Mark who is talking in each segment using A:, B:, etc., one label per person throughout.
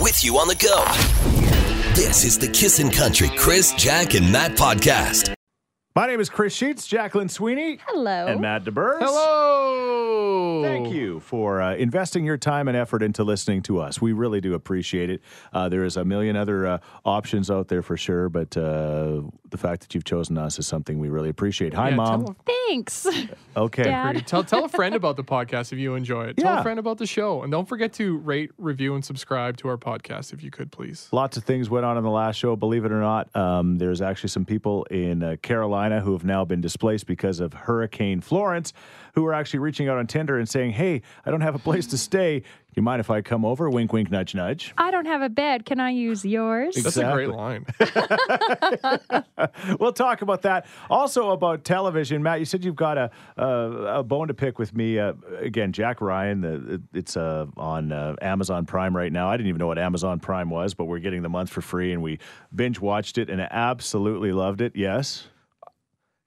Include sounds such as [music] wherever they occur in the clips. A: with you on the go. This is the Kissin' Country Chris, Jack, and Matt podcast.
B: My name is Chris Sheets, Jacqueline Sweeney,
C: Hello.
B: and Matt DeBurse.
D: Hello.
B: Thank you for uh, investing your time and effort into listening to us. We really do appreciate it. Uh, there is a million other uh, options out there for sure, but uh, the fact that you've chosen us is something we really appreciate. Hi,
D: Yeah,
B: mom.
D: tell
C: Thanks. [laughs]
B: okay.
C: Dad.
D: Tell, tell a
B: [laughs]
D: friend about the podcast if you enjoy it. Tell
B: Yeah.
D: a friend about the show. And don't forget to rate, review, and subscribe to our podcast if you could, please.
B: Lots of things went on in the last show, believe it or not. Um, there's actually some people in uh, Carolina who have now been displaced because of Hurricane Florence who are actually reaching out on Tinder and saying, Hey, I don't have a place to stay. You mind if I come over? Wink, wink, nudge, nudge.
C: I don't have a bed. Can I use yours?
D: That's a great line.
B: [laughs] We'll talk about that. Also about television, Matt. You said you've got a a, a bone to pick with me. Uh, again, Jack Ryan. The, it- it's uh, on uh, Amazon Prime right now. I didn't even know what Amazon Prime was, but we're getting the month for free, and we binge watched it and absolutely loved it. Yes.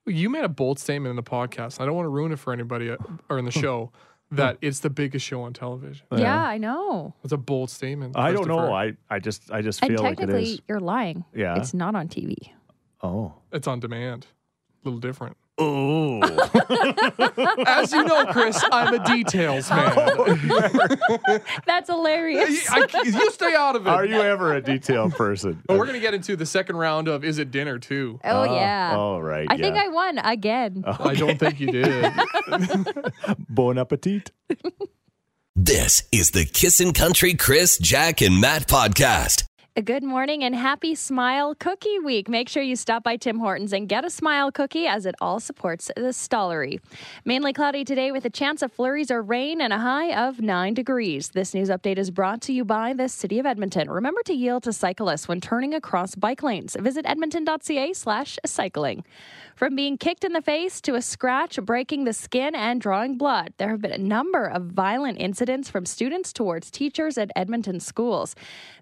D: you made a bold statement in the podcast. and I don't want to ruin it for anybody uh, or
B: [laughs]
D: in the show that it's the biggest show on television.
C: yeah, I know.
D: That's a bold statement.
B: I don't know.
D: Christopher.
B: I, I just I just
C: And
B: feel like it
C: technically,
B: is.
C: you're lying.
B: Yeah.
C: It's not on TV. [laughs]
B: Oh.
D: It's on demand. A little different.
B: Oh.
D: As you know, Chris, I'm
B: [laughs]
D: a
B: Oh.
D: details man.
C: [laughs] That's hilarious.
D: I- I- you stay out of it.
B: Are you ever a detail person?
D: But we're going to get into the second round of Is It Dinner, too?
C: oh, yeah.
B: Uh, All right. Oh.
C: I think I won again.
D: I don't think you did.
B: Bon appetit.
A: This is the Kissin' Country Chris, Jack, and Matt podcast.
C: A Good morning and happy Smile Cookie Week. Make sure you stop by Tim Hortons and get a smile cookie as it all supports the Stollery. Mainly cloudy today with a chance of flurries or rain and a high of 9 degrees. This news update is brought to you by the City of Edmonton. Remember to yield to cyclists when turning across bike lanes. Visit edmonton.ca slash cycling. From being kicked in the face to a scratch, breaking the skin, and drawing blood, there have been a number of violent incidents from students towards teachers at Edmonton schools.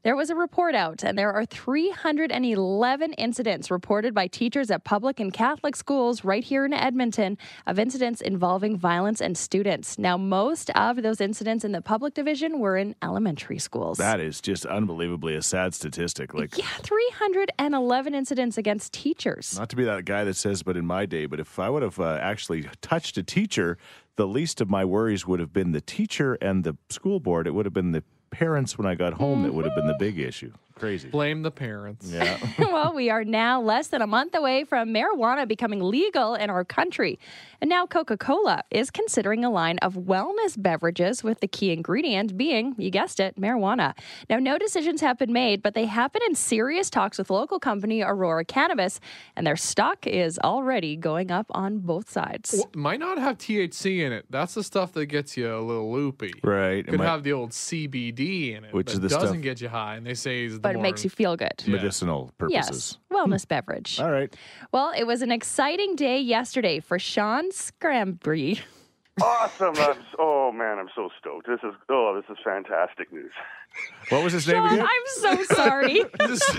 C: There was a report out, and there are 311 incidents reported by teachers at public and Catholic schools right here in Edmonton of incidents involving violence and students. Now, most of those incidents in the public division were in elementary schools.
B: That is just unbelievably a sad statistic. Like
C: yeah, 311 incidents against teachers.
B: Not to be that guy that says, but in my day, but if I would have uh, actually touched a teacher, the least of my worries would have been the teacher and the school board. It would have been the parents when I got home that would have been the big issue. [laughs] Crazy.
D: Blame the parents.
B: Yeah.
C: [laughs] well, we are now less than a month away from marijuana becoming legal in our country. And now Coca Cola is considering a line of wellness beverages with the key ingredient being, you guessed it, marijuana. Now, no decisions have been made, but they have been in serious talks with local company Aurora Cannabis, and their stock is already going up on both sides.
D: Well, might not have THC in it. That's the stuff that gets you a little loopy.
B: Right.
D: Could have the old CBD in it,
B: Which
D: that
B: is the
D: doesn't
B: stuff-
D: get you high, and they say is the
C: But it
D: more-
C: makes you feel good.
B: medicinal purposes. Hmm.
C: Yes, wellness beverage.
B: All right.
C: Well, it was an exciting day yesterday for Sean Scrambry. [laughs]
E: Awesome. I'm, oh, man, I'm so stoked. This is, oh, this is fantastic news.
B: What was his name
C: Sean,
B: again?
C: I'm
D: [laughs]
C: so sorry.
D: This-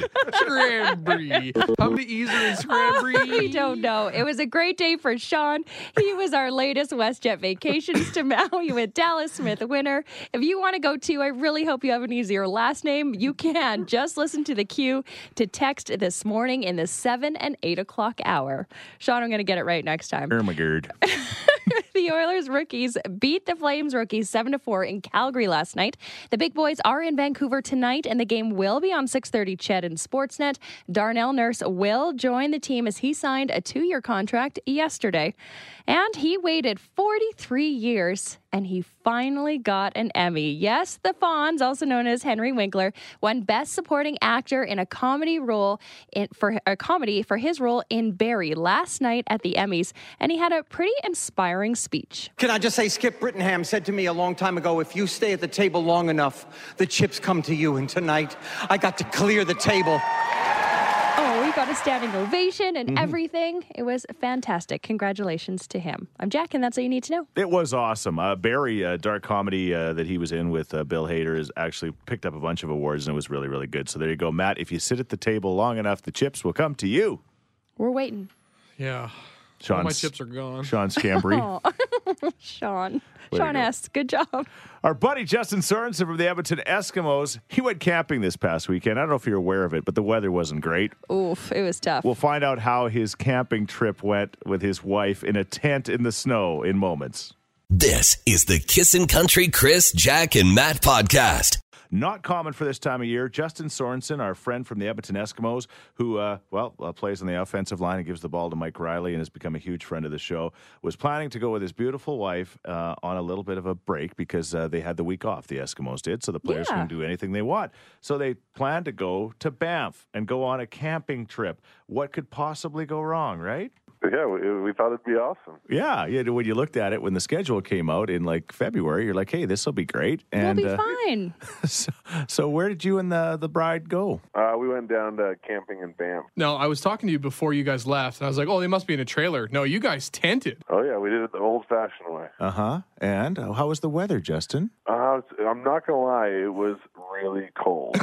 D: Scrambry. How many E's are in Scrambry?
C: [laughs] I don't know. It was a great day for Sean. He was our latest WestJet vacations to Maui with Dallas Smith winner. If you want to go too, I really hope you have an easier last name. You can just listen to the cue to text this morning in the seven and eight o'clock hour. Sean, I'm going to get it right next time.
B: Ermagerd.
C: [laughs] The Oilers rookies beat the Flames rookies 7 to 4 in Calgary last night. The big boys are in Vancouver tonight and the game will be on 6:30 Ched and Sportsnet. Darnell Nurse will join the team as he signed a 2-year contract yesterday. And he waited 43 years and he finally got an Emmy. Yes, The Fonz, also known as Henry Winkler, won Best Supporting Actor in a comedy role in, for a comedy for his role in Barry last night at the Emmys, and he had a pretty inspiring speech.
F: Can I just say, Skip Brittenham said to me a long time ago, if you stay at the table long enough, the chips come to you. And tonight, I got to clear the table.
C: Oh, he got a standing ovation and
B: Mm-hmm.
C: everything. It was fantastic. Congratulations to him. I'm Jack, and that's all you need to know.
B: It was awesome. Uh, Barry, uh, dark comedy uh, that he was in with uh, Bill Hader, is actually picked up a bunch of awards and it was really, really good. So there you go, Matt. If you sit at the table long enough, the chips will come to you.
C: We're waiting.
D: Yeah.
B: Sean,
D: All my
B: S-
D: chips are gone.
B: Sean
C: [laughs]
B: Scambri.
C: Oh, Sean.
B: to
C: Sean
B: go.
C: S. Good job.
B: Our buddy Justin Sorensen from the Edmonton Eskimos, he went camping this past weekend. I don't know if you're aware of it, but the weather wasn't great.
C: Oof, it was tough.
B: We'll find out how his camping trip went with his wife in a tent in the snow in moments.
A: This is the Kissin' Country Chris, Jack, and Matt podcast.
B: Not common for this time of year. Justin Sorensen, our friend from the Edmonton Eskimos, who, uh, well, uh, plays on the offensive line and gives the ball to Mike Riley and has become a huge friend of the show, was planning to go with his beautiful wife uh, on a little bit of a break because uh, they had the week off, the Eskimos did, so the players
C: Yeah.
B: can do anything they want. So they planned to go to Banff and go on a camping trip. What could possibly go wrong, right?
E: Yeah, we, we thought it'd be awesome.
B: Yeah, yeah. When you looked at it when the schedule came out in like February, you're like, "Hey, this will be great." And
C: we'll be
B: uh,
C: fine.
B: [laughs] so, so where did you and the the bride go?
E: Uh, we went down to camping in Banff.
D: No, I was talking to you before you guys left, and I was like, "Oh, they must be in a trailer." No, you guys tented.
E: Oh yeah, we did it the old-fashioned way.
B: Uh huh. And how was the weather, Justin?
E: Uh, it's- I'm not gonna lie, it was really
B: [laughs]
E: cold.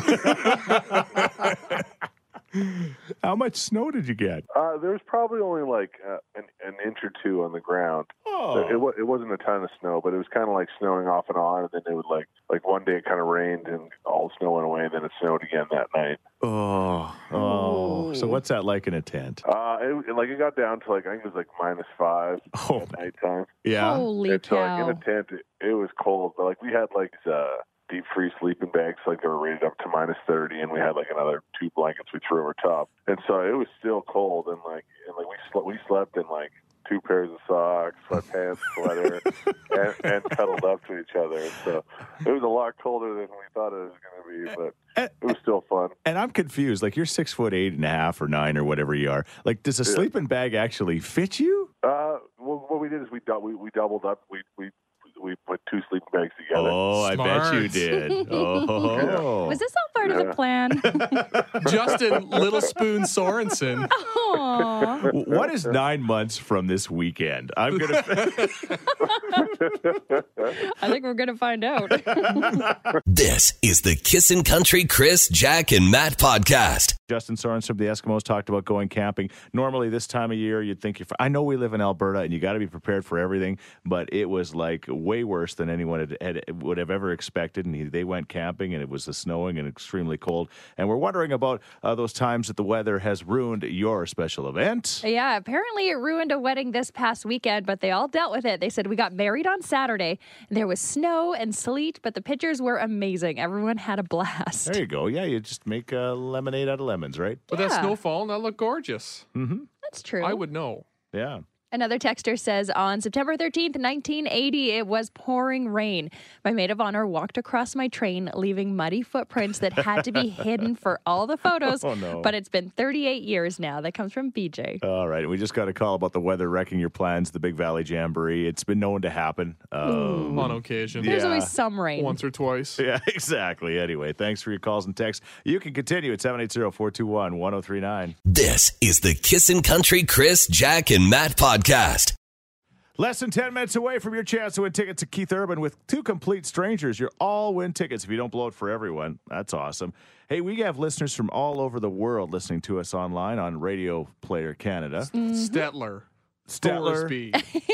B: How much snow did you get?
E: uh, there was probably only like uh, an, an inch or two on the ground. It,
B: Oh,
E: wa- it wasn't a ton of snow, but it was kind of like snowing off and on, and then it would like like one day it kind of rained and all the snow went away, and then it snowed again that night.
B: oh, oh. So what's that like in a tent?
E: Uh, it, it, like it got down to like I think it was like minus five
B: Oh,
E: at nighttime.
B: yeah.
C: Holy
E: and so like in
C: cow.
E: the tent, it, it was cold, but like we had like uh, deep freeze sleeping bags, like they were rated up to minus thirty, and we had like another two blankets we threw over top, and so it was still cold, and like and like we slept we slept in like two pairs of socks,
B: [laughs]
E: sweatpants, sweater, and, and cuddled up to each other. And so it was a lot colder than we thought it was going to be, but
B: And,
E: it was still fun.
B: and I'm confused. Like you're six foot eight and a half or nine or whatever you are. Like, does a sleeping bag actually fit you?
E: Uh, well, what we did is we dou- we, we doubled up, we we we put two sleeping bags together.
B: Oh, I bet you
D: Smart. [laughs]
B: did. Oh, [laughs]
C: Was this all part of the
E: Yeah.
G: Uh. [laughs]
C: plan?
D: Justin Little Spoon Sorensen.
C: Aw.
B: W- What is nine months from this weekend? I'm gonna.
D: [laughs]
C: [laughs] I think we're going to find out.
A: This is the Kissin' Country Chris, Jack, and Matt podcast.
B: Justin Sorensen from the Eskimos talked about going camping. Normally, this time of year, you'd think you're. I know we live in Alberta, and you got to be prepared for everything. But it was like way worse than anyone had, had would have ever expected. And he, they went camping, and it was the snowing and extremely cold. And we're wondering about uh, those times that the weather has ruined your special event.
C: Yeah, apparently it ruined a wedding this past weekend, but they all dealt with it. They said we got married on Saturday. There was snow and sleet, but the pictures were amazing. Everyone had a blast. [laughs]
B: There you go. Yeah, you just make uh, lemonade out of lemons, right? Mm-hmm.
D: But that
C: Yeah.
D: snowfall, that looked gorgeous.
C: That's true.
D: I would know.
B: Yeah.
C: Another texter says on September 13th, 1980, it was pouring rain. My maid of honor walked across my train, leaving muddy footprints that had
B: [laughs]
C: to be hidden for all the photos.
B: Oh, no.
C: But it's been 38 years now. That comes from BJ.
B: All right, we just got a call about the weather wrecking your plans. The Big Valley Jamboree. It's been known to happen. Um,
D: Hmm. On occasion.
C: There's
B: yeah.
C: always some rain.
D: Once or twice.
B: [laughs] Yeah, exactly. Anyway, thanks for your calls and texts. You can continue at 780 421 1039.
A: This is the Kissin' Country Chris, Jack, and Matt podcast.
B: Less than 10 minutes away from your chance to win tickets to Keith Urban with two complete strangers. You're all win tickets if you don't blow it for everyone. That's awesome. Hey, we have listeners from all over the world listening to us online on Radio Player Canada.
C: Mm-hmm.
D: Stetler.
B: Stellar.
D: Thorsby,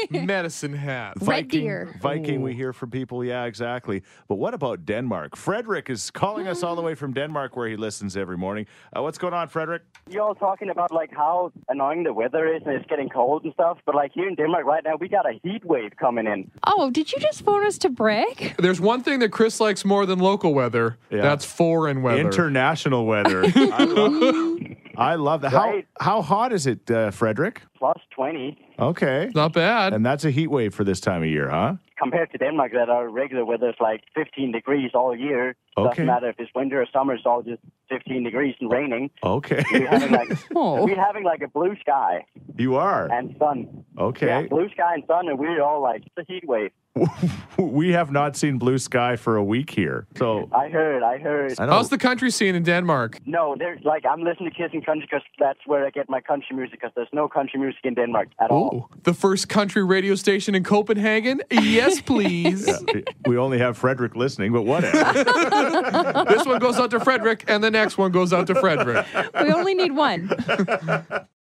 C: [laughs]
D: Medicine Hat.
C: Red
B: Viking,
C: Deer.
B: Viking, we hear from people. Yeah, exactly. But what about Denmark? Frederick is calling us all the way from Denmark where he listens every morning. Uh, what's going on, Frederick?
H: you all talking about like how annoying the weather is and it's getting cold and stuff, but like here in Denmark right now we got a heat wave coming in.
C: Oh, did you just phone us
D: [laughs]
C: to break?
D: There's one thing that Chris likes more than local weather.
B: Yeah.
D: That's foreign weather.
B: International weather. I love, I love that.
H: Right.
B: How how hot is it, uh, Frederick?
H: Plus twenty
B: Okay.
D: Not bad.
B: And that's a heat wave for this time of year, huh?
H: compared to Denmark that our regular weather is like fifteen degrees all year.
B: Okay.
H: Doesn't matter if it's winter or summer, it's all just fifteen degrees and raining.
B: Okay.
H: We're having like
C: Oh.
H: we're having like a blue sky
B: you are.
H: and sun.
B: [laughs]
H: Yeah,
B: Okay.
H: blue sky and sun and we're all like it's a heat wave.
B: We have not seen blue sky for a week here. So
H: I heard, I heard.
B: I
D: How's
B: don't
D: the country scene in Denmark?
H: No, there's like I'm listening to Kiss and Country because that's where I get my country music because there's no country music in Denmark at all.
D: Oh, the first country radio station in Copenhagen? [laughs] Yes, please.
B: we only have Frederick listening, but whatever.
C: [laughs]
D: This one goes out to Frederick, and the next one goes out to Frederick.
C: We only need one.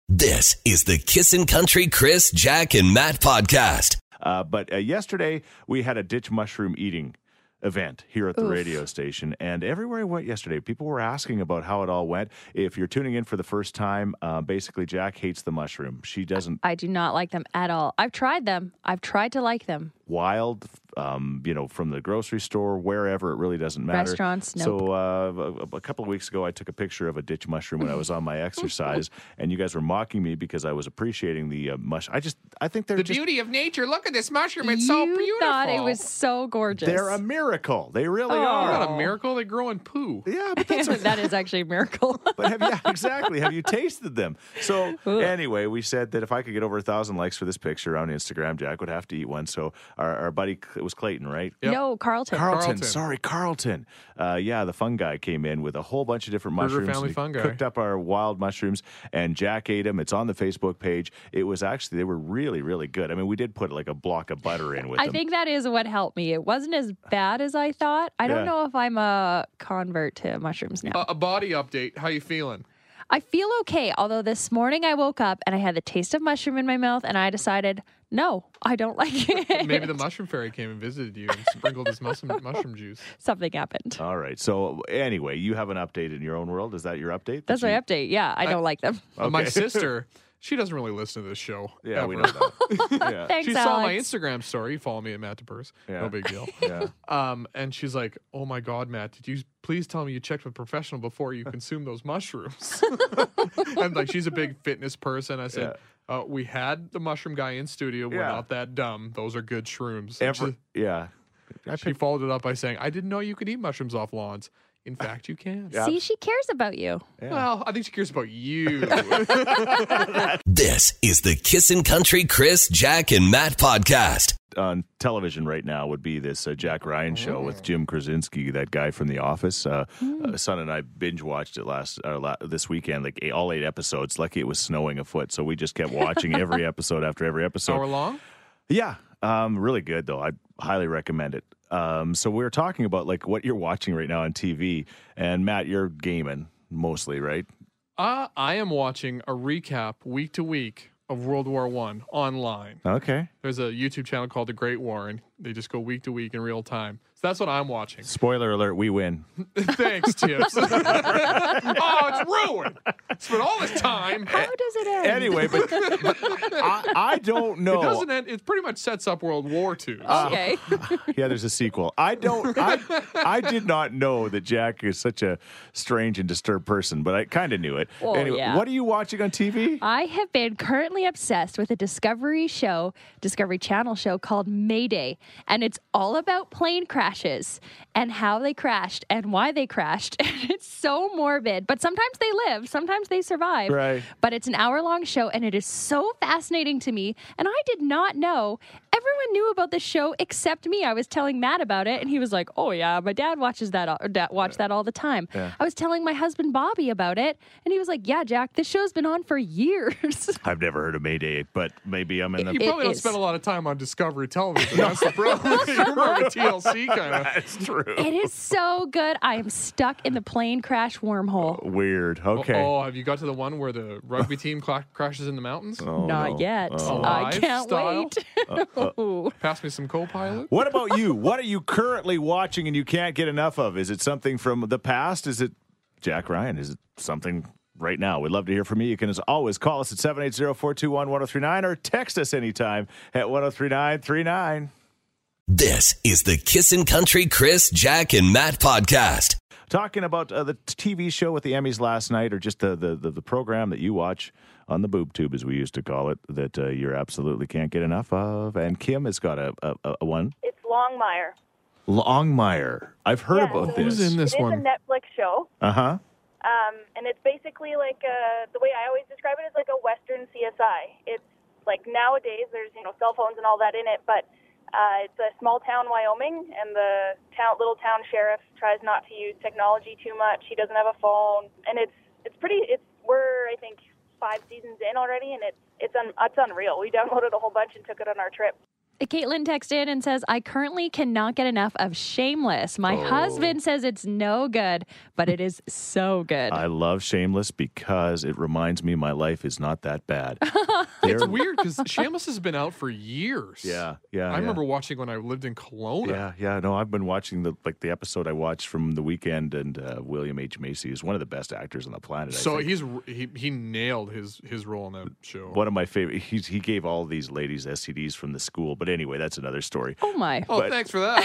A: This is the Kissin' Country Chris, Jack, and Matt podcast.
B: [laughs] Uh, but uh, yesterday we had a ditch mushroom eating event here at the
C: Oof.
B: radio station, and everywhere I went yesterday, people were asking about how it all went. If you're tuning in for the first time, uh, basically Jack hates the mushroom. She doesn't
C: I do not like them at all. I've tried them. I've tried to like them.
B: wild, um, you know, from the grocery store, wherever. It really doesn't matter.
C: Restaurants, nope.
B: So uh, a, a couple of weeks ago, I took a picture of a ditch mushroom when I was on
C: [laughs]
B: my exercise, and you guys were mocking me because I was appreciating the uh, mush. I just, I think they're
D: The
B: just.
D: beauty of nature. Look at this mushroom. It's
C: you
D: so Oh, beautiful.
C: thought it was so gorgeous. [laughs]
B: They're a miracle. They really
C: Oh.
B: are.
D: not a miracle. They grow in poo.
B: Yeah,
D: [laughs]
B: but that's a,
C: that is actually a miracle.
B: But have you [laughs] exactly? Have you tasted them? So anyway, we said that if I could get over a thousand likes for this picture on Instagram, Jack would have to eat one. So our, our buddy it was Clayton, right?
D: Yep.
C: No, Carlton.
B: Carlton,
D: Carlton.
B: sorry, Carlton. Uh, yeah, the fun guy came in with a whole bunch of different
D: Burger
B: mushrooms.
D: Family
B: He
D: Fun Guy.
B: Cooked up our wild mushrooms, and Jack ate them. It's on the Facebook page. It was actually they were really, really good. I mean, we did put like a block of butter in with
C: I
B: them.
C: think that is what helped me. It wasn't as bad as I thought. I don't
B: Yeah.
C: know if I'm a convert to mushrooms now.
D: A, a body update. How you [laughs] feeling?
C: I feel okay, although this morning I woke up and I had the taste of mushroom in my mouth and I decided, no, I don't like
D: [laughs]
C: it.
D: Maybe the mushroom fairy came and visited you and sprinkled his mushroom, mushroom juice.
C: Something happened.
B: All right. So anyway, you have an update in your own world. Is that your update?
C: That's
B: that
C: my
B: you-
C: update. Yeah, I don't like [laughs] them.
D: Uh, My [laughs]
B: Okay.
D: sister, she doesn't really listen to this show.
B: Yeah, we know
D: ever.
B: that.
D: [laughs]
B: yeah.
C: [laughs] Thanks,
D: She
C: Alex.
D: saw my Instagram story. Follow me at Matt DeBurse.
B: Yeah.
D: No big deal.
B: [laughs] Yeah.
D: Um, and she's like, "Oh my God, Matt, did you please tell me you checked with a professional before you consume those mushrooms?" and like, she's a
B: [laughs]
D: big fitness person. I said, uh, "We had the mushroom guy in studio. We're
B: Yeah.
D: not that dumb. Those are good shrooms." And [laughs]
B: Every, yeah. I
D: she, she followed it up by saying, "I didn't know you could eat mushrooms off lawns.
B: [laughs]
D: In fact, you can."
B: Yeah.
C: See, she cares about you.
D: Well, I think she cares about
B: [laughs]
D: you. [laughs]
A: This is the Kissin' Country Chris, Jack, and Matt podcast.
B: on television right now would be this uh, Jack Ryan show with Jim Krasinski, that guy from The Office. Uh, uh, son and I binge watched it last or la- this weekend, like eight, all eight episodes. Lucky it was snowing a foot, so we just kept watching every episode after every episode.
D: Hour long.
B: Yeah, um, really good though. I highly recommend it. Um, so we were talking about like what you're watching right now on TV, and Matt, you're gaming mostly, right?
D: Uh, I am watching a recap week to week of World War One online.
B: Okay.
D: There's a YouTube channel called The Great War, and they just go week to week in real time. So that's what I'm
C: [laughs]
D: watching.
B: Spoiler alert: we win.
D: Thanks, [laughs] Tips. [laughs] oh, it's ruined. Spent all this time.
C: How does it end?
B: anyway, but,
C: [laughs]
B: but I, I don't know. Uh,
D: It doesn't end. It pretty much sets up World War Two.
C: Okay.
B: Ah. [laughs] Yeah, there's a sequel. I don't. I, I did not know that Jack is such a strange and disturbed person, but I kind of knew it.
C: Well,
B: anyway,
C: yeah.
B: what are you watching on TV?
C: I have been currently obsessed with a Discovery show, Discovery Channel show called Mayday, and it's all about plane crashes and how they crashed and why they crashed. [laughs] And it's so morbid, but sometimes they live, sometimes they survive.
B: Right.
C: But it's an hour long show and it is so fascinating to me. And I did not know. Everyone knew about this show except me. I was telling Matt about it and he was like, "Oh yeah, my dad watches that all, or dad watched that all the time." I was telling my husband Bobby about it and he was like, "Yeah, Jack, this show's been on for years."
B: I've never heard of Mayday, but maybe I'm in
D: You
B: the.
C: It
D: probably don't
C: is.
D: spend a lot of time on Discovery Television. That's the
B: [laughs]
D: problem. You're more of a TLC kind of.
B: That's true.
C: it is so good. I am stuck in the plane crash wormhole.
B: Weird. Okay.
D: Oh, have you got to the one where the rugby team cla- crashes in the mountains?
B: Oh,
C: not
B: no. Uh,
C: yet.
B: Oh.
C: I
D: Live
C: can't
D: style?
C: wait. Ooh.
D: Pass me some co-pilot.
B: What about you? What are you currently watching and you can't get enough of? Is it something from the past? Is it Jack Ryan? Is it something right now? We'd love to hear from you. You can, as always, call us at 780 421 1039 or text us anytime at 103939.
A: This is the Kissin' Country Chris, Jack, and Matt podcast.
B: talking about uh, the t- TV show with the Emmys last night, or just the the, the, the program that you watch on the boob tube, as we used to call it, that uh, you absolutely can't get enough of. And Kim has got a, a, a- a one.
G: It's Longmire.
B: Longmire. I've heard
G: Yeah.
B: about
G: Who
B: this.
D: Who's in this
G: It is
D: one?
G: a Netflix show,
B: uh huh.
G: um, and it's basically like a, the way I always describe it is like a Western CSI. It's like nowadays there's you know cell phones and all that in it, but uh, it's a small town, Wyoming, and the town, little town sheriff tries not to use technology too much. He doesn't have a phone, and it's it's pretty. It's we're I think five seasons in already, and it's it's un, it's unreal. We downloaded a whole bunch and took it on our trip.
C: Caitlin texted in and says, I currently cannot get enough of Shameless. My husband says it's no good, but it is so good.
B: I love Shameless because it reminds me my life is not that
D: [laughs]
B: bad.
D: It's weird because Shameless has been out for years.
B: Yeah, yeah.
D: I
B: yeah.
D: remember watching when I lived in Kelowna.
B: Yeah, yeah. No, I've been watching the like the episode I watched from the weekend, and uh, William H Macy is one of the best actors on the planet. I
D: So
B: think.
D: he's r- he he nailed his his role in that show.
B: one of my favorite. He's, he gave all these ladies STDs from the school, but anyway, that's another story.
C: Oh my.
D: Oh,
B: but-
D: thanks for that.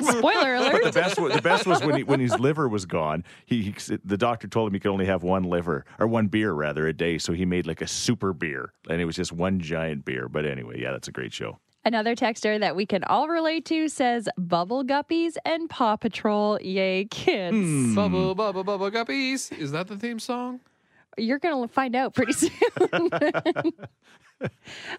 C: [laughs] Spoiler
B: But the
C: alert.
B: best, wa- the best was when he, when his liver was gone. He, he the doctor told him he could only have one liver or one beer rather a day, so he made like a super beer, and it was just one giant beer. But anyway, yeah, that's a great show.
C: [laughs] Another texter that we can all relate to says, Bubble Guppies and Paw Patrol. Yay, kids.
B: Hmm.
D: Bubble bubble bubble guppies. Is that the theme song?
C: You're going to find out pretty [laughs] soon.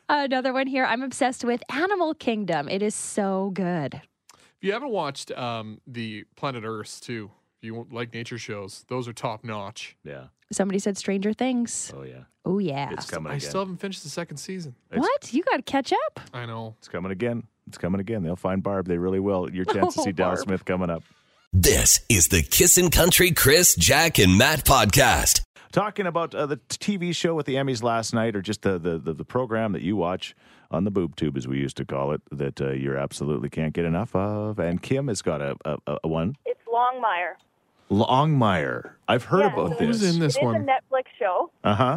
C: Another one here. I'm obsessed with Animal Kingdom. It is so good.
D: If you haven't watched um, the Planet Earth too, if you like nature shows, those are top notch.
B: Yeah.
C: Somebody said Stranger Things.
B: Oh yeah.
C: Oh, yeah.
B: It's coming
D: I
B: again.
D: still haven't finished the second season.
C: What? You got to catch up.
D: I know.
B: It's coming again. It's coming again. They'll find Barb. They really will. Your chance
D: [laughs]
B: to
C: Oh,
B: see Dallas
C: Barb.
B: Smith coming up.
A: This is the Kissin' Country Chris, Jack, and Matt podcast.
B: Talking about uh, the t- TV show with the Emmys last night, or just the, the, the, the program that you watch on the boob tube, as we used to call it, that uh, you absolutely can't get enough of. And Kim has got a, a, a- a one.
G: It's Longmire.
B: Longmire. I've heard
G: Yeah,
B: about
G: so-
B: this.
D: Who's in this
G: It is
D: one?
G: a Netflix show,
B: Uh huh.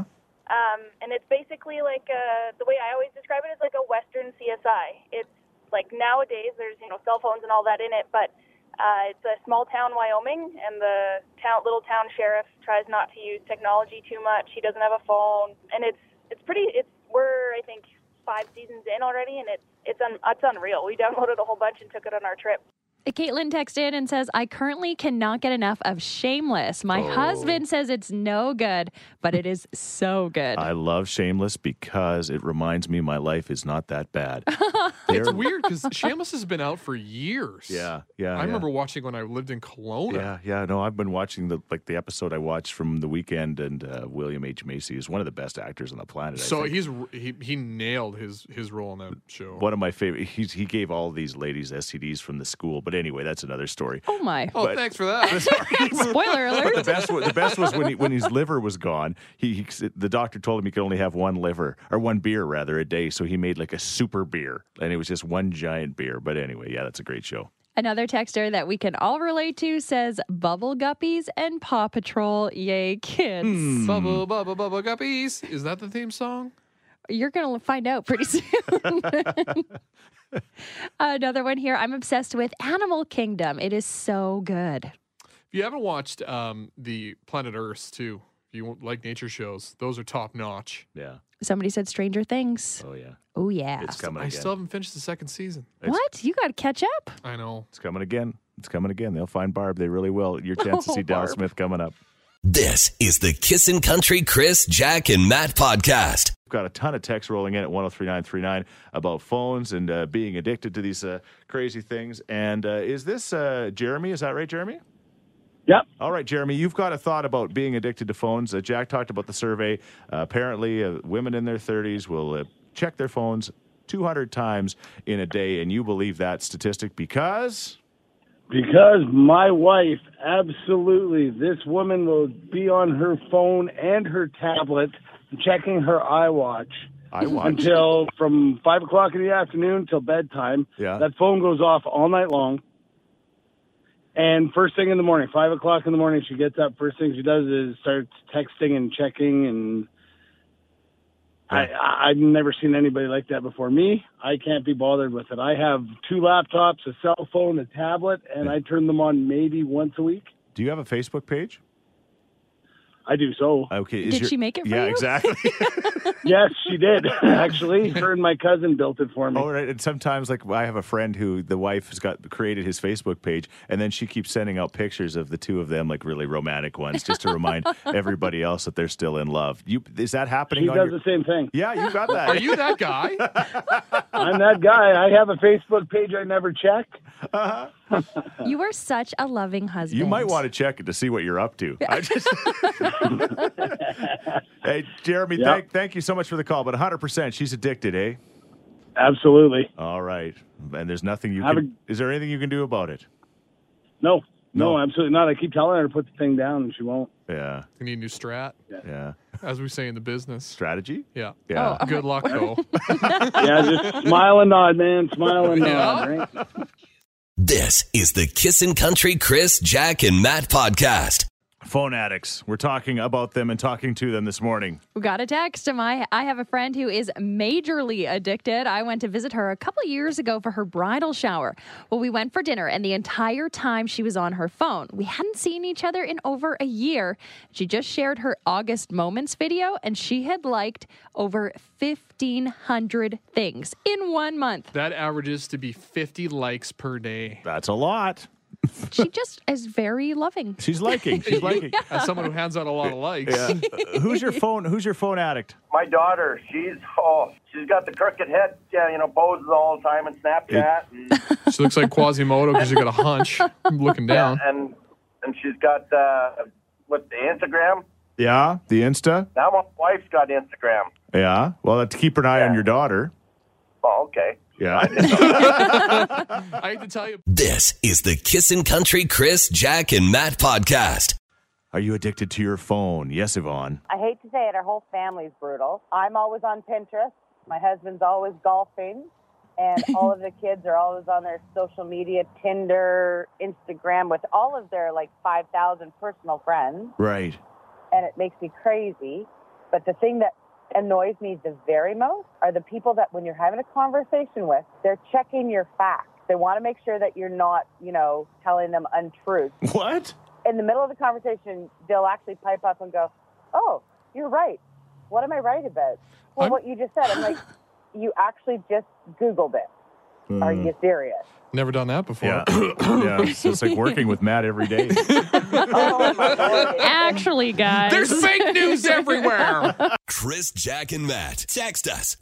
G: um, and it's basically like uh the way I always describe it is like a Western CSI. It's like nowadays there's you know cell phones and all that in it, but uh, it's a small town, Wyoming, and the town, little town sheriff tries not to use technology too much. He doesn't have a phone, and it's it's pretty. It's we're I think five seasons in already, and it's it's un, it's unreal. We downloaded a whole bunch and took it on our trip.
C: Caitlin texted and says, I currently cannot get enough of Shameless. My
B: Oh.
C: husband says it's no good, but it is so good.
B: I love Shameless because it reminds me my life is not that bad.
D: It's weird because
C: [laughs]
D: Shameless has been out for years.
B: Yeah. Yeah.
D: I remember watching when I lived in Kelowna.
B: Yeah, yeah. No, I've been watching the like the episode I watched from the weekend, and uh, William H Macy is one of the best actors on the planet. I
D: So
B: think.
D: he's r- he he nailed his his role in that show.
B: one of my favorite. He's, he gave all these ladies STDs from the school, but anyway, that's another story.
C: oh my.
D: Oh, thanks for
B: [laughs]
D: that.
C: [laughs] Spoiler
B: The
C: alert.
B: best, wa- the best was when he, when his liver was gone. He, he the doctor told him he could only have one liver or one beer rather a day, so he made like a super beer, and it was just one giant beer. But anyway, yeah, that's a great show.
C: [laughs] Another texter that we can all relate to says, Bubble Guppies and Paw Patrol. Yay, kids.
B: Hmm.
D: bubble bubble bubble guppies. Is that the theme song?
C: You're going to find out pretty [laughs] soon. Another one here. I'm obsessed with Animal Kingdom. It is so good.
D: If you haven't watched um, the Planet Earth too, if you like nature shows, those are top notch.
B: Yeah.
C: Somebody said Stranger Things.
B: Oh yeah.
C: Oh, yeah.
B: It's coming.
D: I
B: again.
D: still haven't finished the second season.
C: What? You got to catch up.
D: I know.
B: It's coming again. It's coming again. They'll find Barb. They really will.
D: [laughs]
B: Your chance to
C: Oh,
B: see Dallas
C: Barb.
B: Smith coming up.
A: This is the Kissin' Country Chris, Jack, and Matt podcast.
B: We've got a ton of texts rolling in at 103939 about phones and uh, being addicted to these uh, crazy things. And uh, is this uh, Jeremy? Is that right, Jeremy?
H: Yep.
B: All right, Jeremy, you've got a thought about being addicted to phones. Uh, Jack talked about the survey. Uh, apparently, uh, women in their 30s will uh, check their phones 200 times in a day. And you believe that statistic because.
I: Because my wife, absolutely, this woman will be on her phone and her tablet checking her iWatch
B: I watch.
I: until from 5 o'clock in the afternoon till bedtime.
B: Yeah.
I: That phone goes off all night long. And first thing in the morning, 5 o'clock in the morning, she gets up. First thing she does is starts texting and checking. And I, I, I've never seen anybody like that before. Me, I can't be bothered with it. I have two laptops, a cell phone, a tablet, and I turn them on maybe once a week.
B: Do you have a Facebook page?
I: I do so.
B: Okay.
C: Did she make it for
B: yeah,
C: you? [laughs]
B: exactly.
I: yes, she did. [laughs] Actually, her and my cousin built it for me.
B: Oh, right. And sometimes, like, I have a friend who the wife has got created his Facebook page, and then she keeps sending out pictures of the two of them, like really romantic ones, just to remind
C: [laughs]
B: everybody else that they're still in love. You is that happening?
I: She
B: on
I: does
B: your-
I: the same thing.
B: yeah, you got that.
D: Are you that guy?
I: I'm that guy. I have a Facebook page I never check.
C: You are such a loving husband.
B: Uh-huh. You might want to check it to see what you're up to.
C: [laughs]
B: I just- hey, Jeremy,
I: Yeah.
B: thank, thank you so much for the call. But 100, percent she's addicted, eh?
I: Absolutely.
B: All right. And there's nothing you
I: Have
B: can. is there anything you can do about it?
I: No, no,
B: No.
I: absolutely not. I keep telling her to put the thing down, and she won't.
B: Yeah.
D: You need a new strat,
B: Yeah.
D: as we say in the business.
B: Strategy.
D: Yeah.
C: Oh,
B: Yeah.
D: Good luck, though.
I: Yeah, just smile and nod, man. Smile and nod. Right?
A: This is the Kissin' Country Chris, Jack, and Matt podcast.
B: Phone addicts. We're talking about them and talking to them this morning.
C: We got a text. My, I have a friend who is majorly addicted. I went to visit her a couple years ago for her bridal shower. Well, we went for dinner, and the entire time she was on her phone. We hadn't seen each other in over a year. She just shared her August Moments video, and she had liked over 1,500 things in one month.
D: That averages to be 50 likes per day.
B: That's a lot.
C: She just is very loving.
B: She's liking.
D: [laughs]
B: She's liking.
D: As someone who hands out a lot of likes, [laughs]
B: Uh, who's your phone? Who's your phone addict?
H: My daughter, she's oh, she's got the crooked head, yeah, you know, poses all the time and Snapchat, and,
D: she looks like Quasimodo because she got a hunch [laughs] looking down.
H: and and she's got uh, what the Instagram.
B: Yeah. The Insta.
H: Now my wife's got Instagram.
D: [laughs]
B: Yeah. Well, to keep an eye on your daughter.
H: Oh, okay.
I: [laughs]
B: Yeah.
D: [laughs] I hate to tell you,
A: This is the Kissin' Country Chris, Jack, and Matt podcast.
B: Are you addicted to your phone? Yes, Yvonne.
J: I hate to say it, our whole family's brutal. I'm always on Pinterest. My husband's always golfing. And all of the kids are always on their social media, Tinder, Instagram, with all of their like 5,000 personal friends.
B: Right.
J: And it makes me crazy. But the thing that annoys me the very most are the people that when you're having a conversation with, they're checking your facts. They want to make sure that you're not, you know, telling them untruths
B: What?
J: in the middle of the conversation, they'll actually pipe up and go, "Oh, you're right. What am I right about? Well,
D: I'm-
J: what you just said." I'm like, "You actually just Googled it. Are you serious?"
D: never done that before. [laughs]
B: Yeah. yeah. So it's like working with Matt every day.
J: Oh my lord!
C: [laughs] Actually, guys.
D: There's fake news
C: [laughs]
D: everywhere.
A: Chris, Jack, and Matt. Text us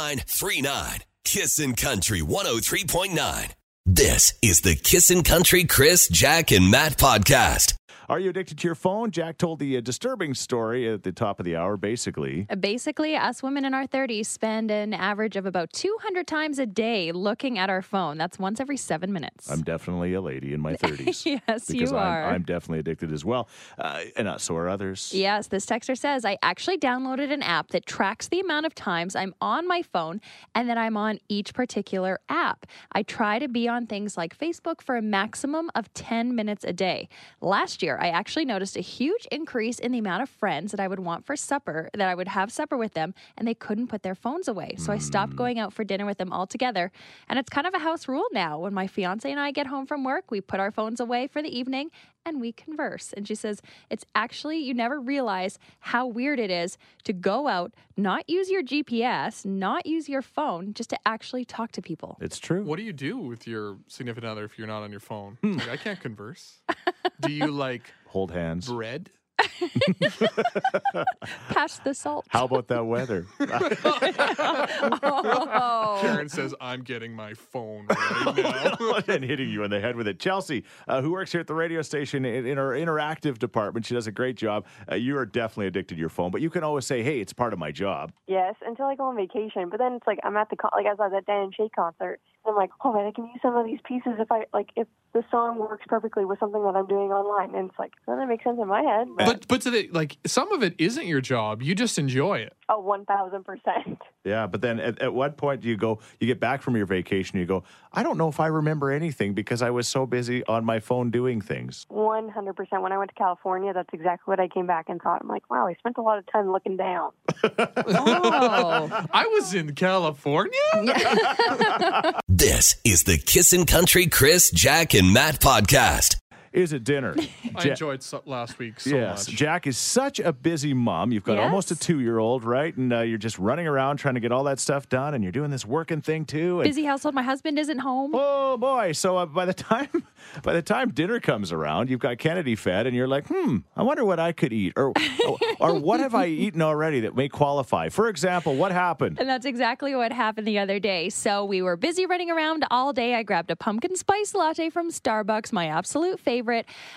A: 103939. Kissin' Country 103.9. This is the Kissin' Country Chris, Jack, and Matt podcast.
B: Are you addicted to your phone? Jack told the uh, disturbing story at the top of the hour, basically.
C: Basically, us women in our 30s spend an average of about 200 times a day looking at our phone. That's once every seven minutes.
B: I'm definitely a lady in my 30s.
C: [laughs] Yes, you
B: because
C: are.
B: I'm, I'm definitely addicted as well. Uh, and uh, so are others.
C: Yes, this texter says, I actually downloaded an app that tracks the amount of times I'm on my phone and that I'm on each particular app. I try to be on things like Facebook for a maximum of 10 minutes a day. Last year, I actually noticed a huge increase in the amount of friends that I would want for supper, that I would have supper with them, and they couldn't put their phones away. So I stopped going out for dinner with them altogether. And it's kind of a house rule now. When my fiance and I get home from work, we put our phones away for the evening and we converse. And she says, It's actually, you never realize how weird it is to go out, not use your GPS, not use your phone, just to actually talk to people.
B: It's true. Hmm.
D: What do you do with your significant other if you're not on your phone? Like, I can't converse. Do you like
B: Hold hands.
D: bread?
B: [laughs]
C: Pass the salt. [laughs]
B: How about that weather? Oh.
C: Oh.
D: Karen says, I'm getting my
B: [laughs]
D: phone right now.
B: and hitting you in the head with it. Chelsea, uh, who works here at the radio station in, in our interactive department, she does a great job. Uh, you are definitely addicted to your phone, but you can always say, hey, it's part of my job.
K: Yes, until I go on vacation. But then it's like I'm at the con- like I was at that Dan and Shay concert. And I'm like, oh man, I can use some of these pieces if I like if the song works perfectly with something that I'm doing online. And it's like well, that makes sense in my head. But,
D: But but to the, like some of it isn't your job. You just enjoy it.
K: oh, one thousand percent. [laughs]
B: Yeah, but then at, at what point do you go, you get back from your vacation, you go, I don't know if I remember anything because I was so busy on my phone doing things.
K: One hundred percent. When I went to California, that's exactly what I came back and thought. I'm like, wow, I spent a lot of time looking down.
C: Oh.
D: [laughs] I was in California.
A: This is the Kissin' Country Chris, Jack, and Matt podcast.
B: Is it dinner?
D: I
B: Ja-
D: enjoyed so- last week so
B: yes,
D: much.
B: Jack is such a busy mom. You've got almost a
C: Yes.
B: two-year-old, right? And uh, you're just running around trying to get all that stuff done, and you're doing this working thing too. And
C: Busy household. My husband isn't home.
B: Oh boy! So uh, by the [laughs] time by the time dinner comes around, you've got Kennedy fed, and you're like, hmm, I wonder what I could eat, or or- or what have I eaten already that may qualify? For example, what happened?
C: And that's exactly what happened the other day. So we were busy running around all day. I grabbed a pumpkin spice latte from Starbucks, my absolute favorite.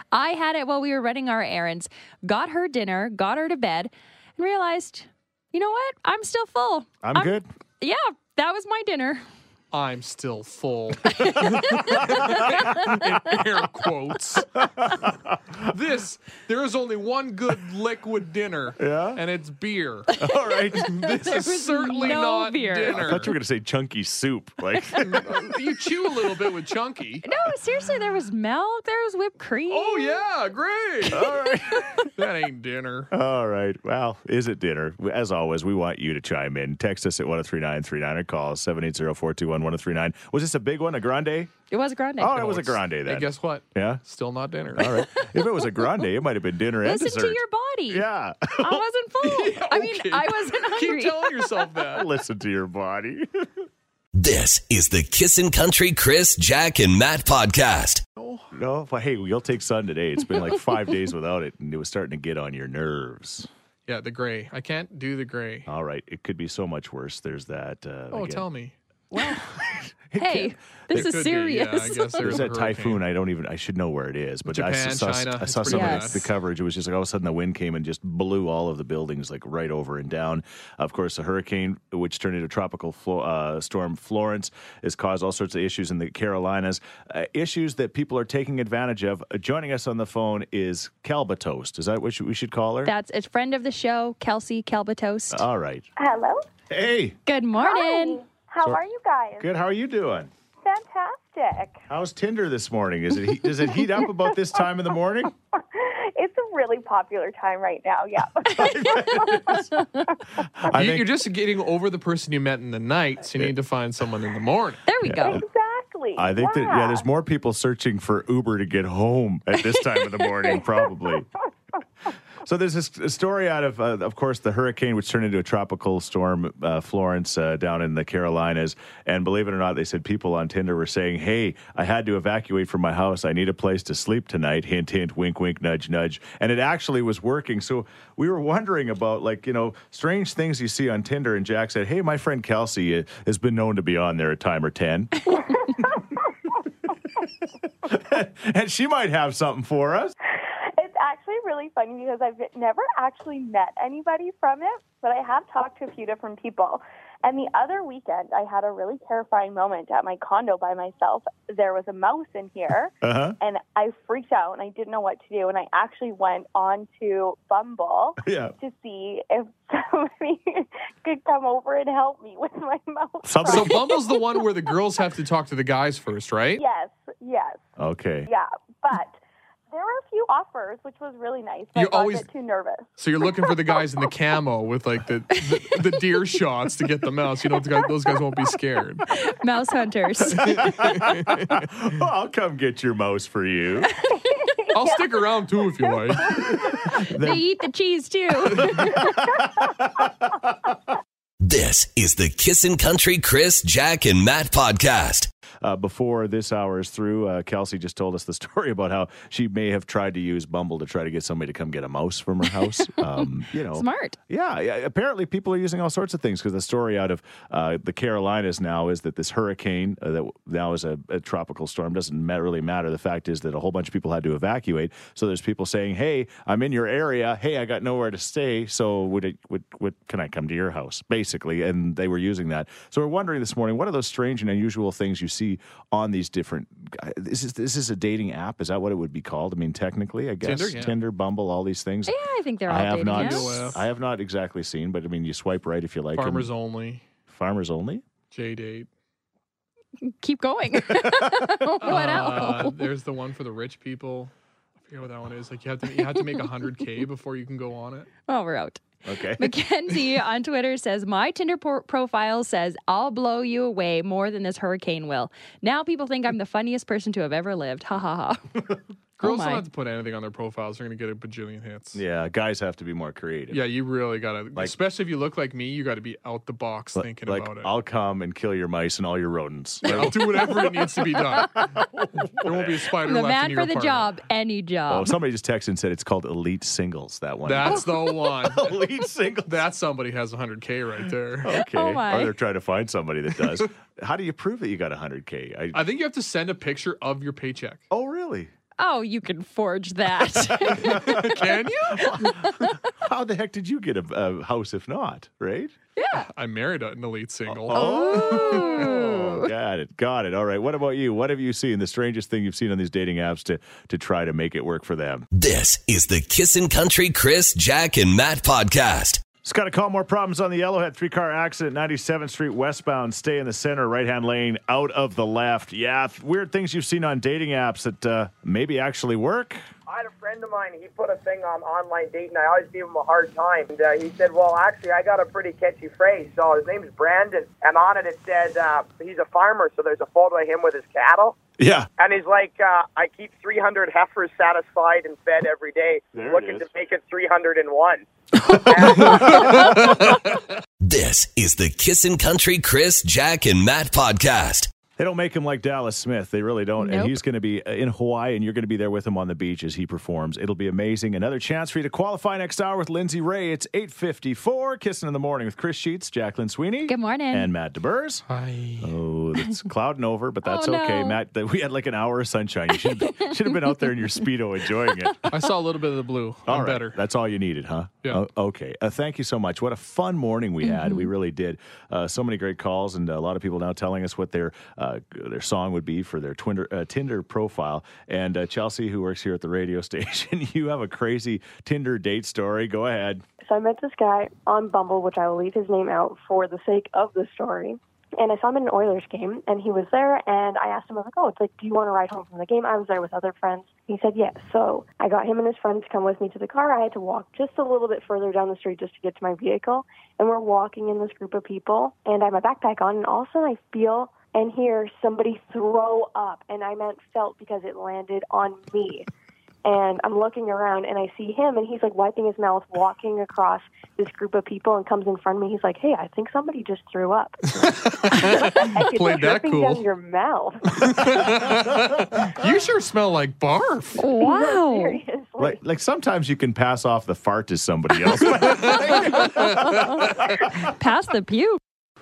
C: I had it while we were running our errands, got her dinner, got her to bed, and realized, you know what? I'm still full.
B: I'm good.
C: Yeah, That was my
D: [laughs]
C: dinner.
D: I'm still
C: [laughs]
D: full. In air quotes. This there is only one good liquid dinner. Yeah. And it's beer.
B: All right.
D: This
C: [laughs] There was
D: is certainly
C: no
D: not
C: beer.
B: I
D: dinner.
B: thought you were going to say chunky soup. Like, [laughs]
D: you [laughs] chew a little bit with Chunky.
C: No, seriously, there was milk, there was whipped cream.
D: Oh yeah, great.
B: [laughs] all right.
D: that ain't dinner.
B: [laughs] All right. Well, is it dinner? As always, we want you to chime in. Text us at 103939 or call 780-421-1039. Was this a big one, a grande?
C: It was grande.
B: Oh, it was a
D: it's-
B: grande then.
D: And guess what?
B: yeah.
D: Still not dinner.
B: All right. if it was a grande, it might have been dinner
C: Listen
B: and dessert.
C: to your body.
B: yeah.
C: I wasn't
D: [laughs]
C: full. I mean,
D: Okay.
C: I wasn't hungry.
D: Keep telling yourself that.
B: [laughs] Listen to your body.
A: This is the Kissin' Country Chris, Jack, and Matt podcast.
B: no, but hey, we'll take sun today. It's been
C: [laughs]
B: like five days without it, and it was starting to get on your nerves.
D: Yeah, the gray. I can't do the gray.
B: All right. It could be so much worse. There's that. Uh,
D: Oh,
B: again,
D: tell me.
B: [laughs]
C: Hey, this
D: It could
C: is
D: be, yeah,
C: serious.
D: I guess there
B: There's
D: is
B: that
D: a hurricane.
B: typhoon. I don't even. I should know where it is, but I
D: Japan,
B: saw,
D: China,
B: I saw
D: it's pretty
B: some of
C: bad.
B: the, the coverage. It was just like all of a sudden the wind came and just blew all of the buildings like right over and down. Of course, the hurricane, which turned into tropical flo- uh, storm Florence, has caused all sorts of issues in the Carolinas. Uh, issues that people are taking advantage of. Uh, joining us on the phone is Calba Toast. Is that what we should call her?
C: That's a friend of the show, Kelsey Kelbatoast.
B: all right.
K: Hello.
B: Hey,
C: Good morning.
K: Hi. How are you guys?
B: good. How are you doing?
K: Fantastic. [laughs]
B: How's Tinder this morning? Is it he- does it heat up about this time in the morning?
K: It's a really popular time right now.
B: [laughs]
K: Yeah. [laughs]
B: I
D: you,
B: think-
D: You're just getting over the person you met in the night, so you need to find someone in the morning.
C: There we go.
K: exactly.
B: I think that yeah, there's more people searching for Uber to get home at this time of the morning, probably. So there's this a story out of, uh, of course, the hurricane, which turned into a tropical storm, uh, Florence, uh, down in the Carolinas. And believe it or not, they said people on Tinder were saying, "Hey, I had to evacuate from my house. I need a place to sleep tonight." Hint, hint, wink, wink, nudge, nudge. And it actually was working. So we were wondering about, like, you know, strange things you see on Tinder. And Jack said, "Hey, my friend Kelsey uh, has been known to be on there a time or ten. and she might have something for us.
K: It's actually really funny because I've never actually met anybody from it, but I have talked to a few different people. And the other weekend, I had a really terrifying moment at my condo by myself. There was a mouse in here,
B: Uh-huh.
K: and I freaked out and I didn't know what to do. And I actually went on to Bumble
B: [laughs] Yeah.
K: to see if [laughs] somebody could come over and help me with my mouse. [laughs]
B: Something.
D: So Bumble's the one where the girls have to talk to the guys first, right?
K: Yes, yes.
B: okay.
K: Yeah, but there were a few offers, which was really nice. But
D: You're
K: I got
D: always-
K: a bit too nervous.
D: So you're looking for the guys in the camo with like the the, the deer shots to get the mouse. You know those guys won't be
B: [laughs]
D: scared.
C: Mouse hunters.
B: Well, I'll come get your mouse for you.
D: I'll stick around too if you like.
C: they eat the cheese
B: [laughs]
C: too.
A: This is the Kissin' Country Chris, Jack, and Matt podcast.
B: Uh, before this hour is through, uh, Kelsey just told us the [laughs] story about how she may have tried to use Bumble to try to get somebody to come get a mouse from
D: [laughs]
B: her house. Um, you know,
C: Smart.
B: Yeah, yeah, apparently people are using all sorts of things because the story out of uh, the Carolinas now is that this hurricane uh, that now is a, a tropical storm doesn't ma- really matter. The fact is that a whole bunch of people had to evacuate. So there's people saying, "Hey, I'm in your area. Hey, I got nowhere to stay. So would it would, would can I come to your house?" Basically, and they were using that. So we're wondering this morning, what are those strange and unusual things you see on these different? uh, This is this is a dating app. Is that what it would be called? I mean, technically, I guess
D: Tinder, yeah.
B: Bumble, all these things.
C: Yeah, I think they're all
B: I have
C: dating
B: not.
C: apps.
D: apps.
B: I have not exactly seen, but I mean, you swipe right if you like. and-
D: Farmers only.
B: farmers only.
D: J date.
B: [laughs]
C: Keep going. what
D: Uh,
C: else?
D: there's the one for the rich people. I forget what that one is. Like you have to you have to make hundred k before you can go on it.
C: Oh, we're out.
B: Okay. [laughs]
C: Mackenzie on Twitter says, My Tinder por- profile says, I'll blow you away more than this hurricane will. Now people think I'm the funniest person to have ever lived. Ha ha ha.
D: Girls
C: my.
D: don't have to put anything on their profiles. They're gonna get a bajillion hits.
B: Yeah, guys have to be more creative.
D: Yeah, you really gotta, especially if you look like me, you gotta be out the box
B: Like-
D: thinking
B: like,
D: about it.
B: I'll come and kill your mice and all your rodents.
D: Yeah, I'll do whatever it needs to be
C: [laughs]
D: done. there won't be a spider
C: the
D: left
C: man
D: in
C: for
D: your
C: the
D: apartment.
C: job, any
B: oh,
C: job.
B: somebody just texted and said it's called Elite Singles. That one.
D: That's
B: [laughs]
C: [laughs]
D: the one.
B: elite Singles.
D: That somebody has 100k right there.
B: [laughs] Okay.
C: Oh, my.
B: Or they're trying to find somebody that does.
D: [laughs]
B: How do you prove that you got 100k? I,
D: I think you have to send a picture of your paycheck.
B: oh, really?
C: Oh, you can forge that.
D: Can you?
B: [laughs] How the heck did you get a, a house if not, right?
C: yeah.
D: I married an elite single.
B: Oh, [laughs]
C: Ooh.
B: got it. Got it. All right. What about you? What have you seen? The strangest thing you've seen on these dating apps to to try to make it work for them?
A: This is the Kissin' Country Chris, Jack, and Matt podcast.
B: Just got to call more problems on the Yellowhead three car accident, 97th Street westbound. Stay in the center, right hand lane, out of the left. Yeah, th- weird things you've seen on dating apps that uh, maybe actually work.
L: I had a friend of mine. He put a thing on online dating. I always give him a hard time. And, uh, he said, "Well, actually, I got a pretty catchy phrase." So his name is Brandon, and on it it said uh, he's a farmer. So there's a photo of him with his cattle,
B: Yeah.
L: and he's like, uh, "I keep 300 heifers satisfied and fed every day,
B: There it
L: looking
B: is.
L: to make it 301." uh,
A: This is the Kissin' Country Chris, Jack, and Matt podcast.
B: They don't make him like Dallas Smith. They really don't.
C: Nope.
B: And he's going to be uh, in Hawaii, and you're going to be there with him on the beach as he performs. It'll be amazing. Another chance for you to qualify next hour with Lindsay Ray. It's 8.54. Kissing in the morning with Chris Sheets, Jacqueline Sweeney.
C: Good morning.
B: And Matt DeBurs.
D: I-
B: Oh, it's
C: [laughs]
B: clouding over, but that's
C: Oh, no.
B: okay, Matt. th- We had like an hour of sunshine. You should should have been [laughs] out there in your speedo enjoying it.
D: I saw a little bit of the blue.
B: All
D: I'm
B: right.
D: better.
B: That's all you needed, huh?
D: Yeah.
B: O- okay. Uh, thank you so much. What a fun morning we had. We really did. Uh, so many great calls, and a lot of people now telling us what their uh, g- their song would be for their Twinder, uh, Tinder profile. And uh, Chelsea, who works here at the radio [laughs] station, you have a crazy Tinder date story. Go ahead.
K: So I met this guy on Bumble, which I will leave his name out for the sake of the story. And I saw him at an Oilers game, and he was there. And I asked him, I was like, "Oh, it's like, do you want to ride home from the game?" I was there with other friends. He said yes. So I got him and his friend to come with me to the car. I had to walk just a little bit further down the street just to get to my vehicle. And we're walking in this group of people, and I have my backpack on, and all of a sudden I feel and hear somebody throw up, and I meant felt because it landed on me. And I'm looking around and I see him, and he's like wiping his mouth, walking across this group of people, and comes in front of me. He's like, "Hey, I think somebody just threw up." [laughs] Like,
D: Played that
K: it's dripping
D: cool.
K: down your mouth.
D: you sure smell like
K: [laughs]
D: barf.
K: No,
C: Wow.
K: seriously.
B: Like, like sometimes you can pass off the fart to somebody else. [laughs]
C: Pass the pew.